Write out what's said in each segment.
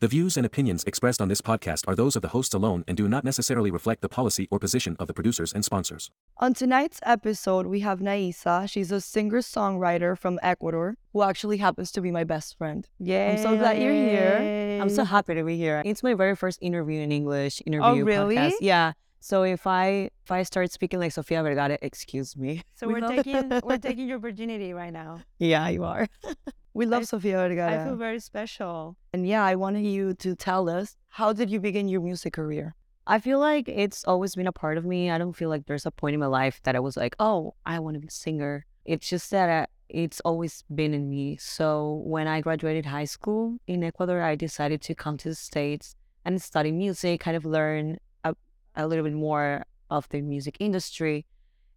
The views and opinions expressed on this podcast are those of the hosts alone and do not necessarily reflect the policy or position of the producers and sponsors. On tonight's episode, we have Naisa. She's a singer songwriter from Ecuador who actually happens to be my best friend. Yeah. I'm so glad you're here. I'm so happy to be here. Mm. It's my very first interview in English, interview Oh, really? podcast. Yeah. So if I if I start speaking like Sofia Vergara, excuse me. So We we're love- taking we're taking your virginity right now. Yeah, you are. We love I- Sofia Vergara. I feel very special. and yeah, I wanted you to tell us how did you begin your music career? I feel like it's always been a part of me. I don't feel like there's a point in my life that I was like, oh, I want to be a singer. It's just that I, it's always been in me. So when I graduated high school in Ecuador, I decided to come to the States and study music, kind of learn a, a little bit more of the music industry.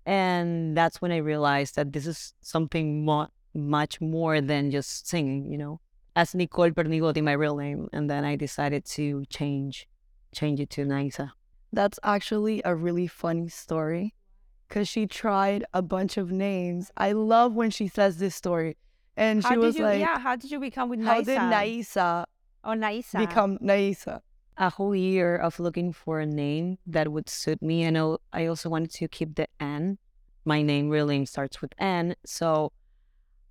And that's when I realized that this is something mo- much more than just singing, you know. As Nicole Pernigotti, my real name. And then I decided to change change it to Naisa. That's actually a really funny story because she tried a bunch of names. I love when she says this story. And how she did was you, like, yeah, how did you become with How Naisa? did Naisa or Naisa? become Naisa? A whole year of looking for a name that would suit me, and al- I also wanted to keep the N. My name real name starts with N, so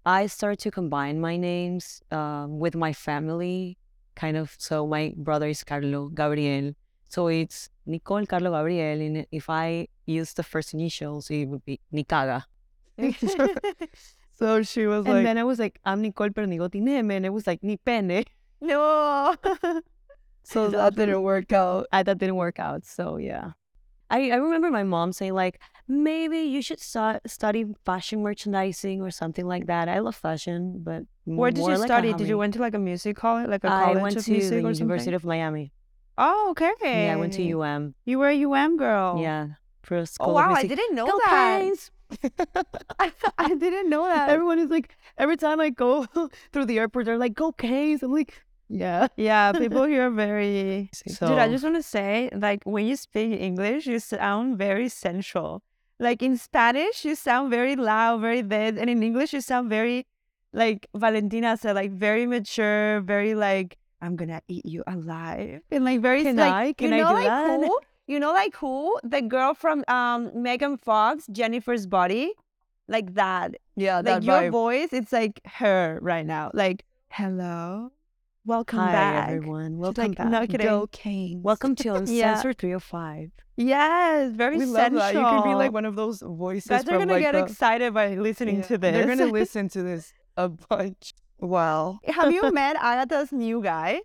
I started to combine my names um, with my family, kind of. So my brother is Carlo Gabriel, so it's Nicole Carlo Gabriel, and if I use the first initials, it would be Nicaga. So she was and like, then I was like, I'm Nicole Pernigotti Neme, and it was like Nipene. no. so that didn't work out. I, that didn't work out. So yeah, I, I remember my mom saying like maybe you should stu- study fashion merchandising or something like that. I love fashion, but Where did more you like a study? Did you hobby. went to like a music college, like a I college went of to music the or University something? of Miami. Oh, okay. Yeah, I went to UM. You were a UM girl. Yeah, for a school Oh of wow, I music. didn't know Go that. Canes! I, I didn't know that. Everyone is like, every time I go through the airport, they're like, "Go Canes!" I'm like, "Yeah." yeah, people here are very. So Dude, I just want to say, like, when you speak English, you sound very sensual. Like in Spanish, you sound very loud, very this, and in English, you sound very, like Valentina said, like very mature, very like I'm gonna eat you alive, and like very Can like, I? you Can I know, do like that? who? You know, like who? The girl from um Megan Fox, Jennifer's Body, like that. Yeah, Like that your vibe. voice, it's like her right now. Like hello, welcome hi back. everyone, She's welcome like, back. "No kidding." Go Kings. Welcome to Yeah. Uncensored 305. Yes, very We love sensual. that. You can be like one of those voices Guys are from gonna like get the- excited by listening Yeah, to this. They're gonna listen to this a bunch. Wow. Have you met Agatha's new guy?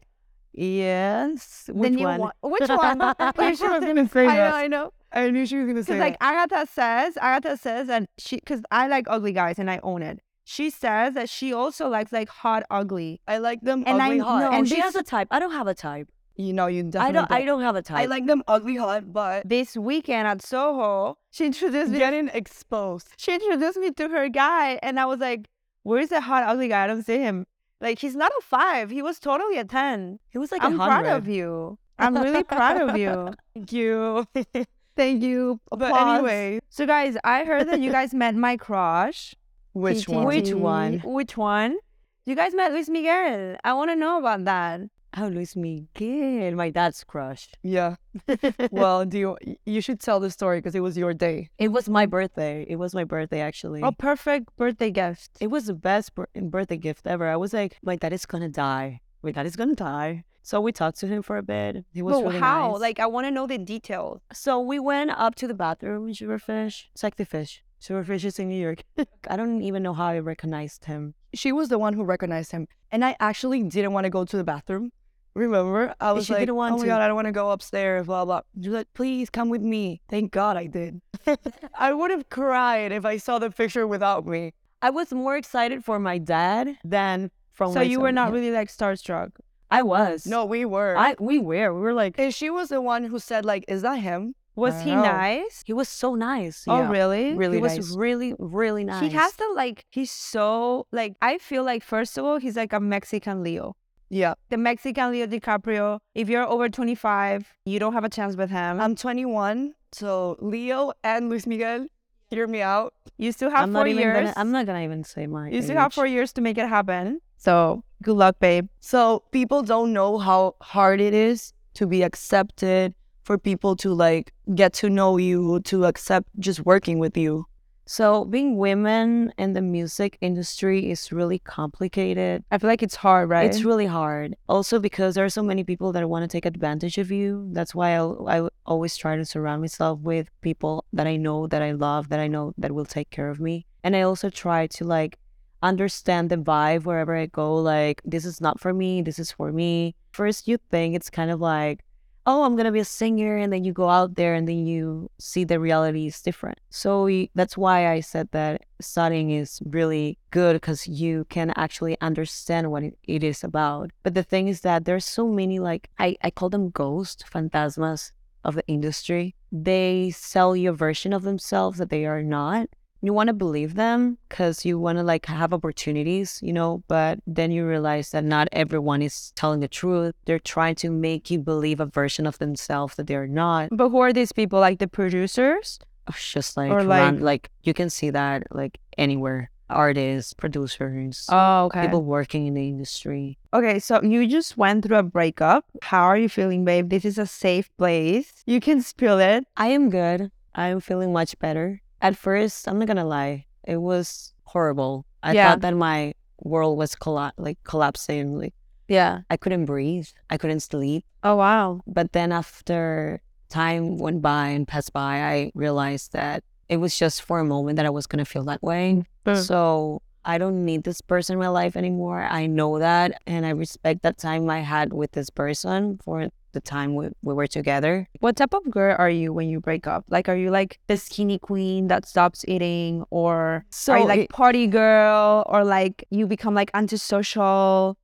Yes. Which the new one? Which one? I knew she was gonna say I know, that. I know. I knew she was gonna say Because like that. Agatha says, Agatha says, and she, because I like ugly guys and I own it. She says that she also likes like hot ugly. I like them and ugly I hot. know- No, And she this- has a type. I don't have a type. you know, you I definitely. don't. I don't have a type. I like them ugly hot, but This weekend at Soho, she introduced me. getting exposed. She introduced me to her guy, and I was like, "Where's the hot ugly guy? I don't see him. Like he's not a five. He was totally a ten. He was like a I'm proud hundred. of you. I'm really proud of you. Thank you. Thank you. but Applause. anyway, So guys, I heard that you guys met my crush. which TTT. one? Which one? Which one? You guys met Luis Miguel. I want to know about that. Oh, Luis Miguel, my dad's crush. Yeah. well, do you? You should tell the story because it was your day. It was my birthday. It was my birthday actually. A perfect birthday gift. It was the best bir- birthday gift ever. I was like, my dad is gonna die. My dad is gonna die. So we talked to him for a bit. He was But really how? nice. Like, I want to know the details. So we went up to the bathroom, Sugarfish. It's like the fish. Sugarfish is in New York. I don't even know how I recognized him. She was the one who recognized him, and I actually didn't want to go to the bathroom. Remember, I was She like, didn't want "Oh my to. god, I don't want to go upstairs." Blah blah. She's like, "Please come with me." Thank God I did. I would have cried if I saw the picture without me. I was more excited for my dad than from. so you were not myself. really like starstruck. I was. No, we were. I we were. We were like. and she was the one who said, "Like, is that him?" Was I he know. nice? He was so nice. Oh, yeah. really? really He was nice. really really nice. He has the like. He's so like. I feel like first of all, he's like a Mexican Leo. Yeah. The Mexican Leo DiCaprio. If you're over 25, you don't have a chance with him. I'm 21, so Leo and Luis Miguel, hear me out. you still have I'm four not even years. Gonna, I'm not gonna even say my. You age. still have four years to make it happen. So Good luck, babe. So people don't know how hard it is to be accepted, for people to like get to know you, to accept just working with you. So being women in the music industry is really complicated. I feel like it's hard, right? It's really hard. Also because there are so many people that want to take advantage of you. That's why I, I always try to surround myself with people that I know that I love, that I know that will take care of me. And I also try to like understand the vibe wherever I go like this is not for me, this is for me. First you think it's kind of like oh, I'm going to be a singer. And then you go out there and then you see the reality is different. So y- that's why I said that studying is really good because you can actually understand what it, it is about. But the thing is that there's so many, like, I, I call them ghost phantasmas of the industry. They sell you a version of themselves that they are not. You want to believe them because you want to like have opportunities, you know, but then you realize that not everyone is telling the truth. They're trying to make you believe a version of themselves that they're not. But who are these people? Like the producers? It's just like, Or, ran- like, like- you can see that like anywhere artists, producers, Oh, okay. people working in the industry. Okay, so you just went through a breakup. How are you feeling, babe? This is a safe place. You can spill it. I am good. I'm feeling much better. At first, I'm not gonna lie, it was horrible. I Yeah. thought that my world was colla- like collapsing. Like Yeah. I couldn't breathe. I couldn't sleep. Oh, wow. But then after time went by and passed by, I realized that it was just for a moment that I was gonna feel that way. Mm. So I don't need this person in my life anymore. I know that, and I respect that time I had with this person for the time we, we were together. What type of girl are you when you break up? Like, are you like the skinny queen that stops eating, or So are you like it- party girl, or like you become like antisocial?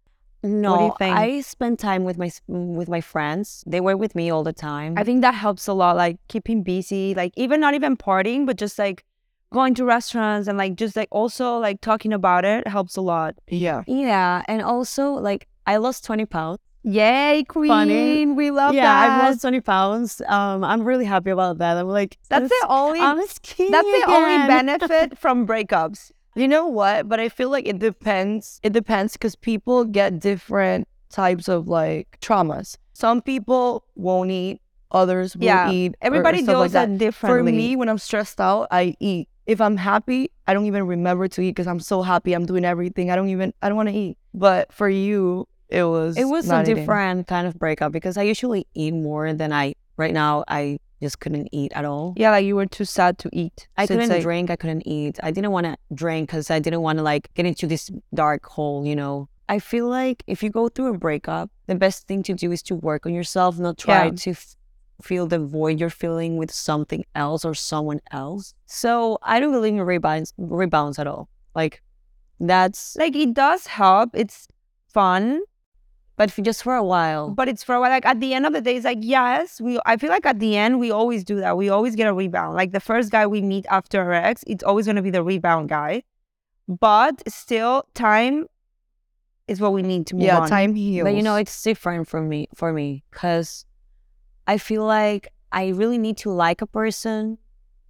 No, think? I spent time with my s- mm, with my friends. They were with me all the time. I think that helps a lot, like keeping busy, like even not even partying, but just like going to restaurants and like just like also like talking about it helps a lot. Yeah. yeah, and also like I lost twenty pounds. Yay, queen! We love yeah, that. I lost twenty pounds. Um, I'm really happy about that. I'm like That's the only I'm skinny that's the only again. benefit from breakups. You know what? But I feel like it depends. It depends because people get different types of like traumas. Some people won't eat, others will Yeah. eat. or- or Everybody stuff deals like that. that differently. For me, when I'm stressed out, I eat. If I'm happy, I don't even remember to eat because I'm so happy. I'm doing everything. I don't even. I don't want to eat. But for you, it was. It was a not eating. different kind of breakup because I usually eat more than I right now. I just couldn't eat at all. yeah, like you were too sad to eat. I So it's couldn't like- drink. I couldn't eat. I didn't want to drink because I didn't want to like get into this dark hole, you know. I feel like if you go through a breakup, the best thing to do is to work on yourself, not try Yeah. to f- feel the void you're feeling with something else or someone else. So I don't believe in rebounds, rebounds at all. Like that's, like it does help. It's fun, but for just for a while. but it's for a while. Like at the end of the day, it's like yes, we. I feel like at the end we always do that. We always get a rebound. Like the first guy we meet after our ex, it's always gonna be the rebound guy. But still, time is what we need to move Yeah, on. time heals. But you know, it's different for me for me because I feel like I really need to like a person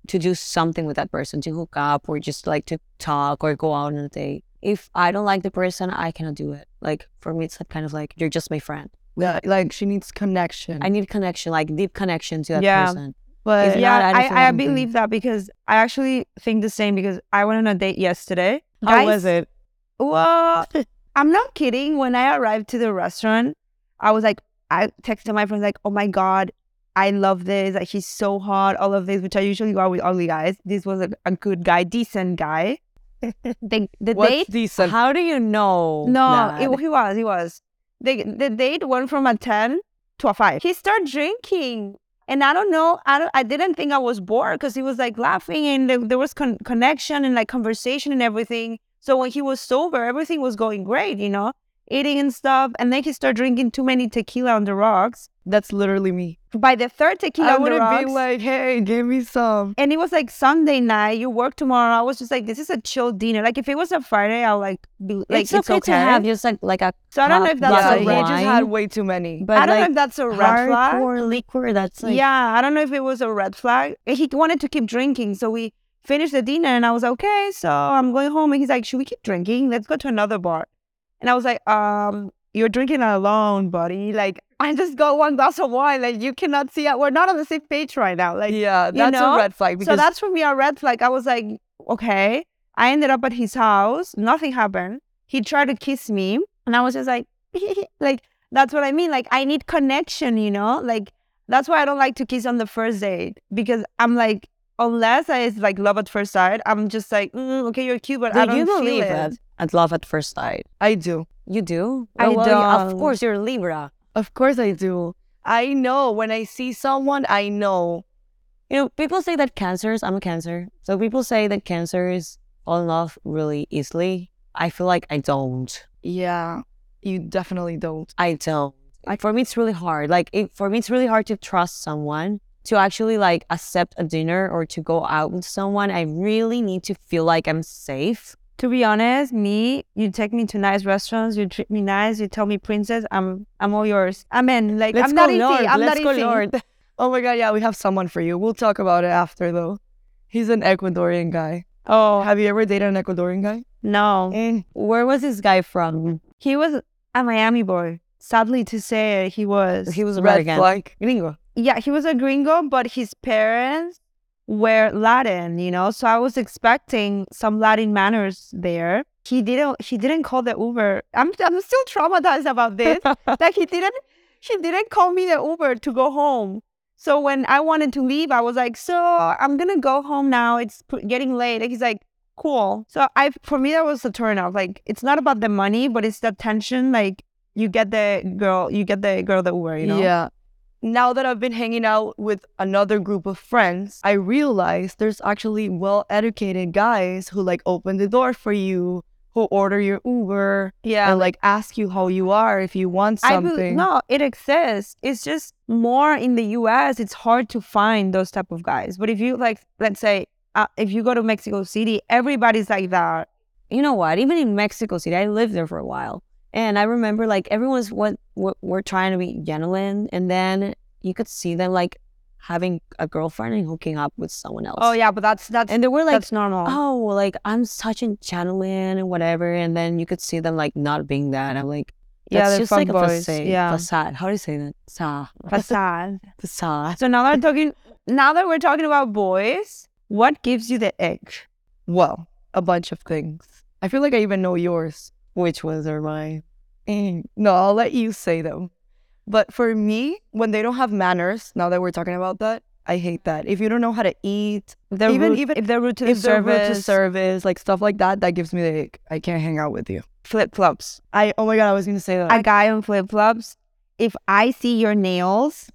to do something with that person, to hook up or just like to talk or go out on a date. If I don't like the person, I cannot do it. Like for me, it's kind of like you're just my friend. Yeah, like she needs connection. I need connection, like deep connection to that Yeah. person. but If yeah, not, I don't feel I, I anything. believe that because I actually think the same because I went on a date yesterday. How was it? Well, I'm not kidding. When I arrived to the restaurant, I was like, I texted my friends like, "Oh my god, I love this! Like he's so hot, all of this." Which I usually go out with ugly guys. This was a, a good guy, decent guy. the the date decent? How do you know? no, that? it, he was. He was. The, the date went from a 10 to a 5. He started drinking. And I don't know. I, don't, I didn't think I was bored because he was like laughing and there, there was con- connection and like conversation and everything. So when he was sober, everything was going great, you know, eating and stuff. And then he started drinking too many tequila on the rocks. That's literally me. By the third tequila I on the wouldn't rocks, be like, hey, give me some. and it was like Sunday night. You work tomorrow. I was just like, this is a chill dinner. Like if it was a Friday, I'll like be like, it's, okay, to have just like like a so I don't know cup if that's glass yeah, of a he red wine, just had way too many. but I don't like know if that's a red flag. hardcore liquor. That's like yeah, I don't know if it was a red flag. He wanted to keep drinking, so we finished the dinner, and I was like, okay, so I'm going home, and he's like, should we keep drinking? Let's go to another bar. And I was like, um, you're drinking alone, buddy. Like, I just got one glass of wine. Like, you cannot see it. We're not on the same page right now. Like, yeah, that's know? a red flag. Because so that's for me a red flag. I was like, okay. I ended up at his house. Nothing happened. He tried to kiss me, and I was just like, like that's what I mean. Like I need connection, you know. Like that's why I don't like to kiss on the first date because I'm like, unless I is like love at first sight, I'm just like, mm, okay, you're cute, but I do don't you feel believe it. that at love at first sight? I do. You do? I Oh, well, Of don't. course, you're a Libra. Of course I do. I know when I see someone, I know. You know, people say that cancers, I'm a cancer. So people say that cancers fall in love really easily. I feel like I don't. Yeah, you definitely don't. I don't. Like for me, it's really hard. Like it, for me, it's really hard to trust someone to actually like accept a dinner or to go out with someone. I really need to feel like I'm safe. To be honest, me, you take me to nice restaurants, you treat me nice, you tell me princess, I'm, I'm all yours. Amen. Like Let's I'm go, not easy. Lord. I'm Let's not go, easy. Lord. Oh my god, yeah, we have someone for you. We'll talk about it after though. He's an Ecuadorian guy. Oh Have you ever dated an Ecuadorian guy? no. Mm. Where was this guy from? He was a Miami boy. Sadly to say, he was. He was Red American. flag. Gringo. yeah, he was a gringo, but his parents were Latin, you know. So I was expecting some Latin manners there. He didn't. He didn't call the Uber. I'm. I'm still traumatized about this. that he didn't. He didn't call me the Uber to go home. So when I wanted to leave, I was like, "So I'm gonna go home now. It's p- getting late." And he's like, "Cool." So I, for me, that was a turn off. Like it's not about the money, but it's the tension. Like you get the girl, you get the girl the Uber, you know. Yeah. Now that I've been hanging out with another group of friends, I realize there's actually well educated guys who like open the door for you, who order your Uber, Yeah. and like ask you how you are if you want I bel- something. no, it exists. It's just more in the U.S. It's hard to find those type of guys. But if you like, let's say, uh, if you go to Mexico City, everybody's like that. you know what? Even in Mexico City, I lived there for a while, and I remember like everyone's what what we're trying to be genuine, and then you could see them like having a girlfriend and hooking up with someone else. Oh yeah, but that's that's and they were like, that's normal. oh, like I'm such a genuine and whatever, and then you could see them like not being that. I'm like, yeah, that's they're just like a fuckboys. facade. Yeah, facade. How do you say that? Sa- facade. facade. so now that I'm talking, now that we're talking about boys, what gives you the ick? Well, a bunch of things. I feel like I even know yours. Which ones are mine? Mm, No, I'll let you say them. But for me, when they don't have manners, now that we're talking about that, I hate that. If you don't know how to eat, If they're Even- rude, even- if they're rude to the if they're rude to service, service, like stuff like that, that gives me the ick. I can't hang out with you. flip flops. I oh my god, I was gonna say that. a guy on flip flops. If I see your nails,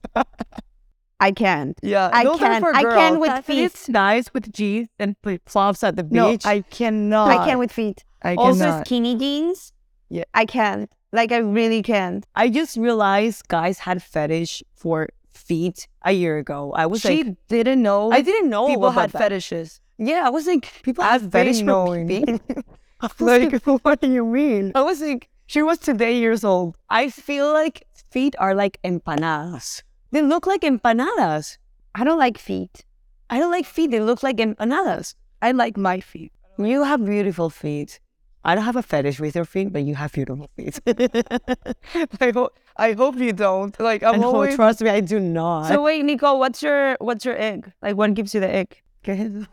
I can't. yeah, I those are can- for I can girls. with That's- feet. It's nice with jeans and flip flops at the No, beach. I cannot. I can with feet. I also cannot. skinny jeans. Yeah. I can't. Like I really can't. I just realized guys had fetish for feet a year ago. I was she like, didn't know. I didn't know people about had that. fetishes. Yeah, I was like, people I've have been fetish for knowing. feet. I was like, Like, what do you mean? I was like, She was today years old. I feel like feet are like empanadas. They look like empanadas. I don't like feet. I don't like feet. They look like empanadas. I like my feet. You have beautiful feet. I don't have a fetish with your feet, but you have beautiful feet. I hope I hope you don't. Like I'm and oh, always trust me, I do not. So wait, Nicole, what's your what's your egg? Like what gives you the egg? The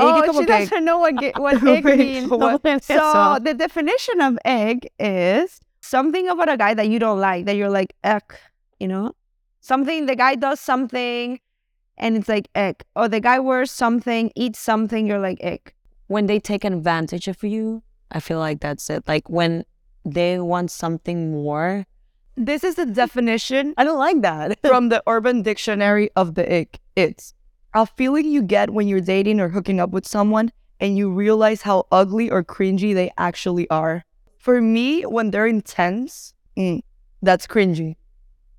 Oh, egg she doesn't know what what egg egg means. means. What- So the definition of egg is something about a guy that you don't like that you're like egg, you know, something the guy does something, and it's like egg, or the guy wears something, eats something, you're like egg. when they take advantage of you, I feel like that's it. Like when they want something more, This is the definition I don't like that. from the Urban Dictionary of the ick. It's a feeling you get when you're dating or hooking up with someone and you realize how ugly or cringy they actually are. For me, when they're intense, mm, that's cringy.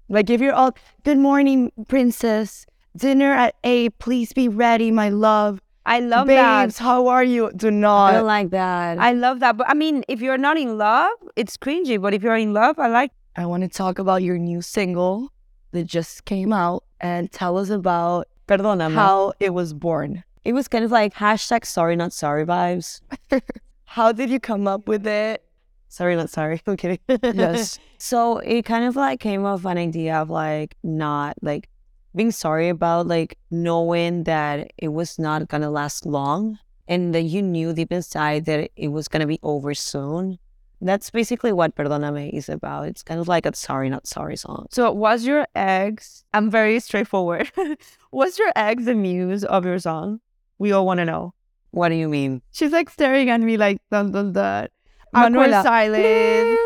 Like if you're all, good morning, princess, dinner at eight, please be ready, my love. I love that. Babes, how are you? Do I not. don't like that. I love that. But I mean, if you're not in love, it's cringy. But if you're in love, I like. I want to talk about your new single that just came out and tell us about Perdóname. how it was born. it was kind of like hashtag sorry not sorry vibes. How did you come up with it? Sorry, not sorry. I'm kidding. yes. So it kind of like came off an idea of like not like being sorry about like knowing that it was not gonna last long and that you knew deep inside that it was gonna be over soon. That's basically what Perdóname is about. It's kind of like a sorry, not sorry song. So was your ex? I'm very straightforward. was your ex the muse of your song? We all want to know. What do you mean? She's like staring at me like dun dun dun. Manuel Manuela. silent.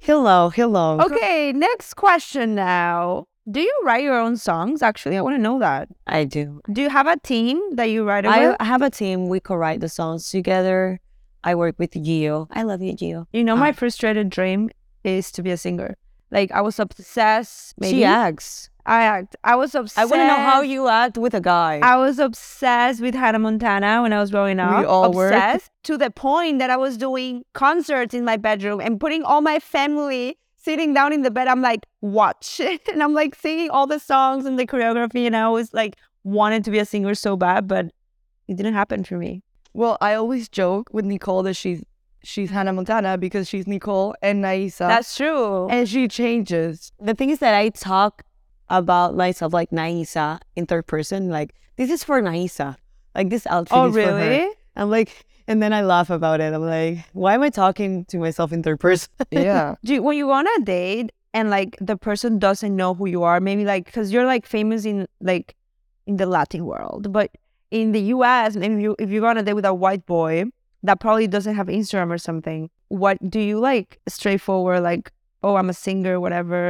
Hello, hello. Okay, next question now. Do you write your own songs? Actually, I want to know that. I do. Do you have a team that you write it with? I have a team. We co-write the songs together. I work with Gio. I love you, Gio. You know, Ah. my frustrated dream is to be a singer. Like I was obsessed. Maybe She acts. I act. I was obsessed. I want to know how you act with a guy. I was obsessed with Hannah Montana when I was growing up. all were. obsessed to the point that I was doing concerts in my bedroom and putting all my family sitting down in the bed. I'm like, watch it. And I'm like singing all the songs and the choreography. And I always like wanted to be a singer so bad, but it didn't happen for me. Well, I always joke with Nicole that she's she's Hannah Montana because she's Nicole and Naisa. true. and she changes. the thing is that I talk about myself like Naisa in third person. Like this is for Naisa. Like this outfit. oh, is for her." really? I'm like, and then I laugh about it. I'm like, why am I talking to myself in third person? Yeah. Do you, when you go on a date and like the person doesn't know who you are, maybe like because you're like famous in like in the Latin world, but in the U.S., maybe if you if you go on a date with a white boy that probably doesn't have Instagram or something, what do you like straightforward like oh I'm a singer whatever,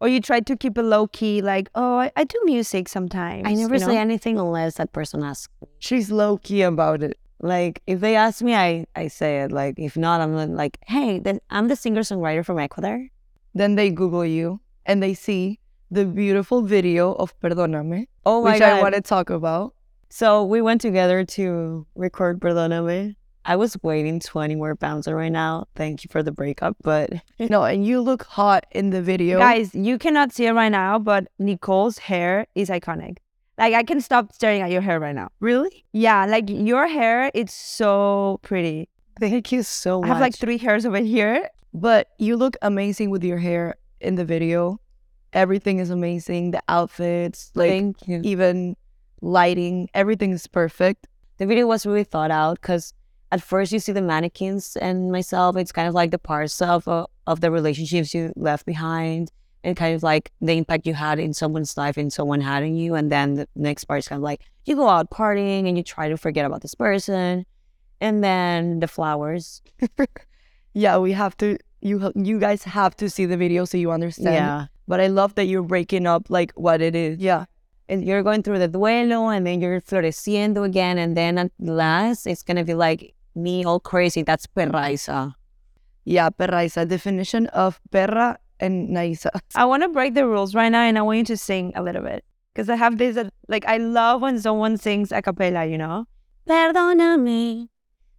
or you try to keep it low key like oh I, I do music sometimes. I never you say know? anything unless that person asks. she's low key about it. Like if they ask me, I I say it. Like if not, I'm like, hey, then I'm the singer songwriter from Ecuador. Then they Google you and they see the beautiful video of Perdóname, Oh my which god! I want to talk about. So we went together to record Perdóname. I was waiting 20 more pounds right now. Thank you for the breakup, but No, and you look hot in the video. Guys, you cannot see it right now, but Nicole's hair is iconic. Like I can stop staring at your hair right now. really? Yeah, like your hair, it's so pretty. Thank you so I much. have like three hairs over here. But you look amazing with your hair in the video. Everything is amazing. The outfits, like Thank you. even lighting, everything is perfect. The video was really thought out because at first you see the mannequins and myself. It's kind of like the parts of uh, of the relationships you left behind and kind of like the impact you had in someone's life and someone had in you. And then the next part is kind of like you go out partying and you try to forget about this person. And then the flowers. Yeah, we have to. You ha- you guys have to see the video so you understand. But I love that you're breaking up like what it is. Yeah. and you're going through the duelo and then you're floreciendo again and then at last it's gonna be like me all crazy that's perraisa Yeah, perra is a definition of perra and naisa. I want to break the rules right now and I want you to sing a little bit. Because I have this, uh, like, I love when someone sings a cappella, you know? perdóname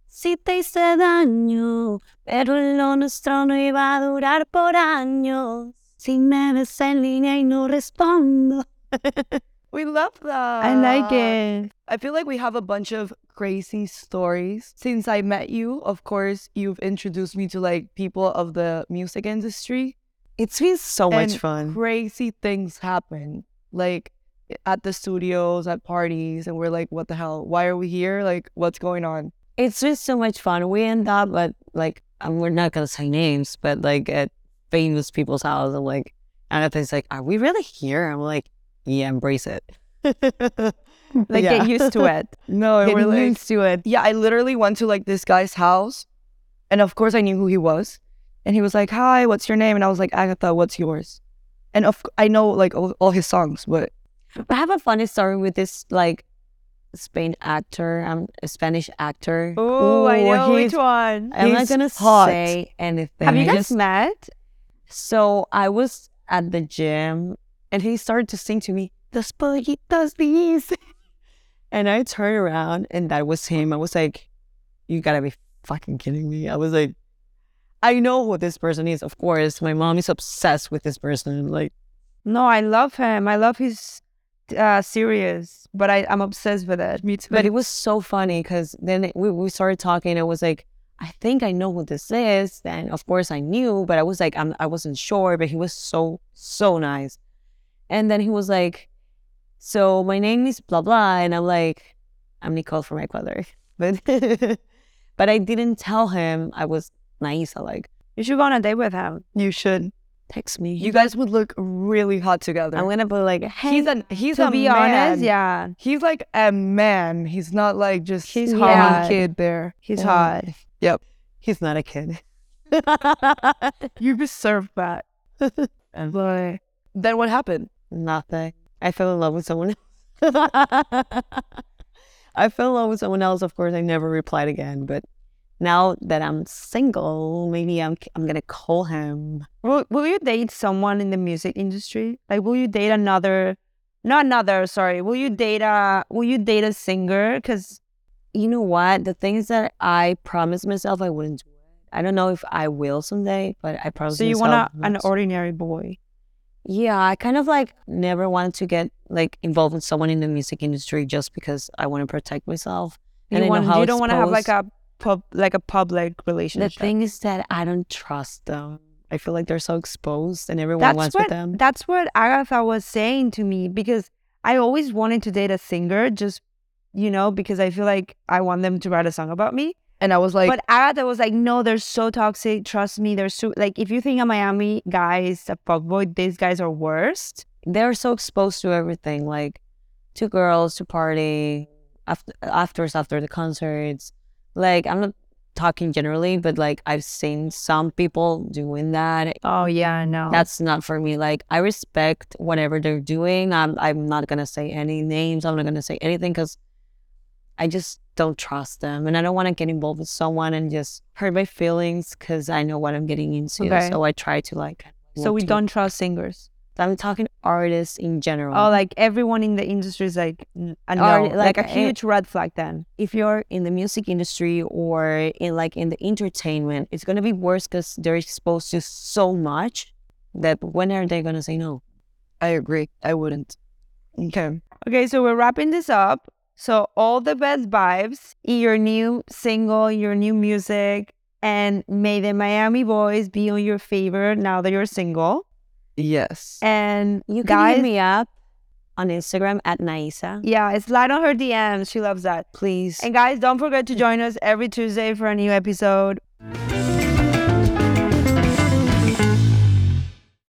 si te hice daño pero lo nuestro no iba a durar por años si me ves en línea y no respondo We love that. I like it. I feel like we have a bunch of crazy stories. Since I met you, of course, you've introduced me to like people of the music industry. it's been so And much fun Crazy things happen. Like at the studios, at parties, and we're like, what the hell? Why are we here? Like, what's going on? it's been so much fun we end up at like um, we're not gonna say names but like at famous people's house and like Anatha's like are we really here I'm like yeah embrace it Like, Yeah. get used to it. No, and get we're like, used to it. yeah, I literally went to like this guy's house, and of course I knew who he was, and he was like, "Hi, what's your name?" And I was like, "Agatha, what's yours?" And of I know like all, all his songs, but I have a funny story with this like Spain actor, um, a Spanish actor. Oh, I Ooh, know which he's- one. I'm not he's gonna hot. say anything. have you I guys just- met? so I was at the gym and he started to sing to me, Los pollitos dice. And I turned around and that was him. I was like, You gotta be fucking kidding me. I was like, I know who this person is, of course. My mom is obsessed with this person. Like, No, I love him. I love his uh, series, but I, I'm obsessed with it. me too. But it was so funny because then we, we started talking. It was like, I think I know who this is. And of course I knew, but I was like, I'm, I wasn't sure, but he was so, so nice. And then he was like, so my name is blah, blah. And I'm like, I'm Nicole from Ecuador. But, but I didn't tell him I was Naisa. Like, You should go on a date with him. You should. text me. You guys would look really hot together. I'm going to be like, hey, he's an he's to a be man. honest, yeah, He's like a man. He's not like just He's any hot. kid there. he's Yeah. hot. he's not a kid. You deserve that. Like, then what happened? Nothing. I fell in love with someone else. I fell in love with someone else. Of course, I never replied again. But now that I'm single, maybe I'm I'm gonna call him. Will, will you date someone in the music industry? Like, will you date another? Not another. Oh, Sorry. Will you date a? Will you date a singer? Because You know what? The things that I promised myself I wouldn't do it. I don't know if I will someday, but I promised so you want myself. a, an not to. ordinary boy. Yeah, I kind of like never wanted to get like involved with someone in the music industry just because I want to protect myself. And you I know want, how you don't want to have like exposed- a pub, like a public The relationship. thing is that I don't trust them. I feel like they're so exposed and everyone that's wants what with them. that's what Agatha was saying to me because I always wanted to date a singer, just you know, because I feel like I want them to write a song about me. And I was like, but Agatha was like, "No, they're so toxic. Trust me, they're so like if you think a Miami guy is a fuckboy, these guys are worst." they're so exposed to everything, like to girls, to party, after afters after the concerts. Like I'm not talking generally, but like I've seen some people doing that. Oh yeah, no. That's not for me. Like I respect whatever they're doing. I'm I'm not gonna say any names. I'm not gonna say anything because I just don't trust them, and I don't want to get involved with someone and just hurt my feelings because I know what I'm getting into. Okay. So I try to like. so walk we to- don't trust singers. I'm talking artists in general. Oh, like everyone in the industry is like n- a no, Or, like, like, a eh, huge red flag. Then if you're in the music industry or in like in the entertainment, it's gonna be worse because they're exposed to so much that when are they gonna say no? I agree. I wouldn't. Okay. Okay, so we're wrapping this up. So all the best vibes in your new single, your new music, and may the Miami boys be on your favor now that you're single. Yes. And You can guys, hit me up on Instagram at Naisa. yeah, slide on her DMs. She loves that. Please. And guys, don't forget to join us every Tuesday for a new episode.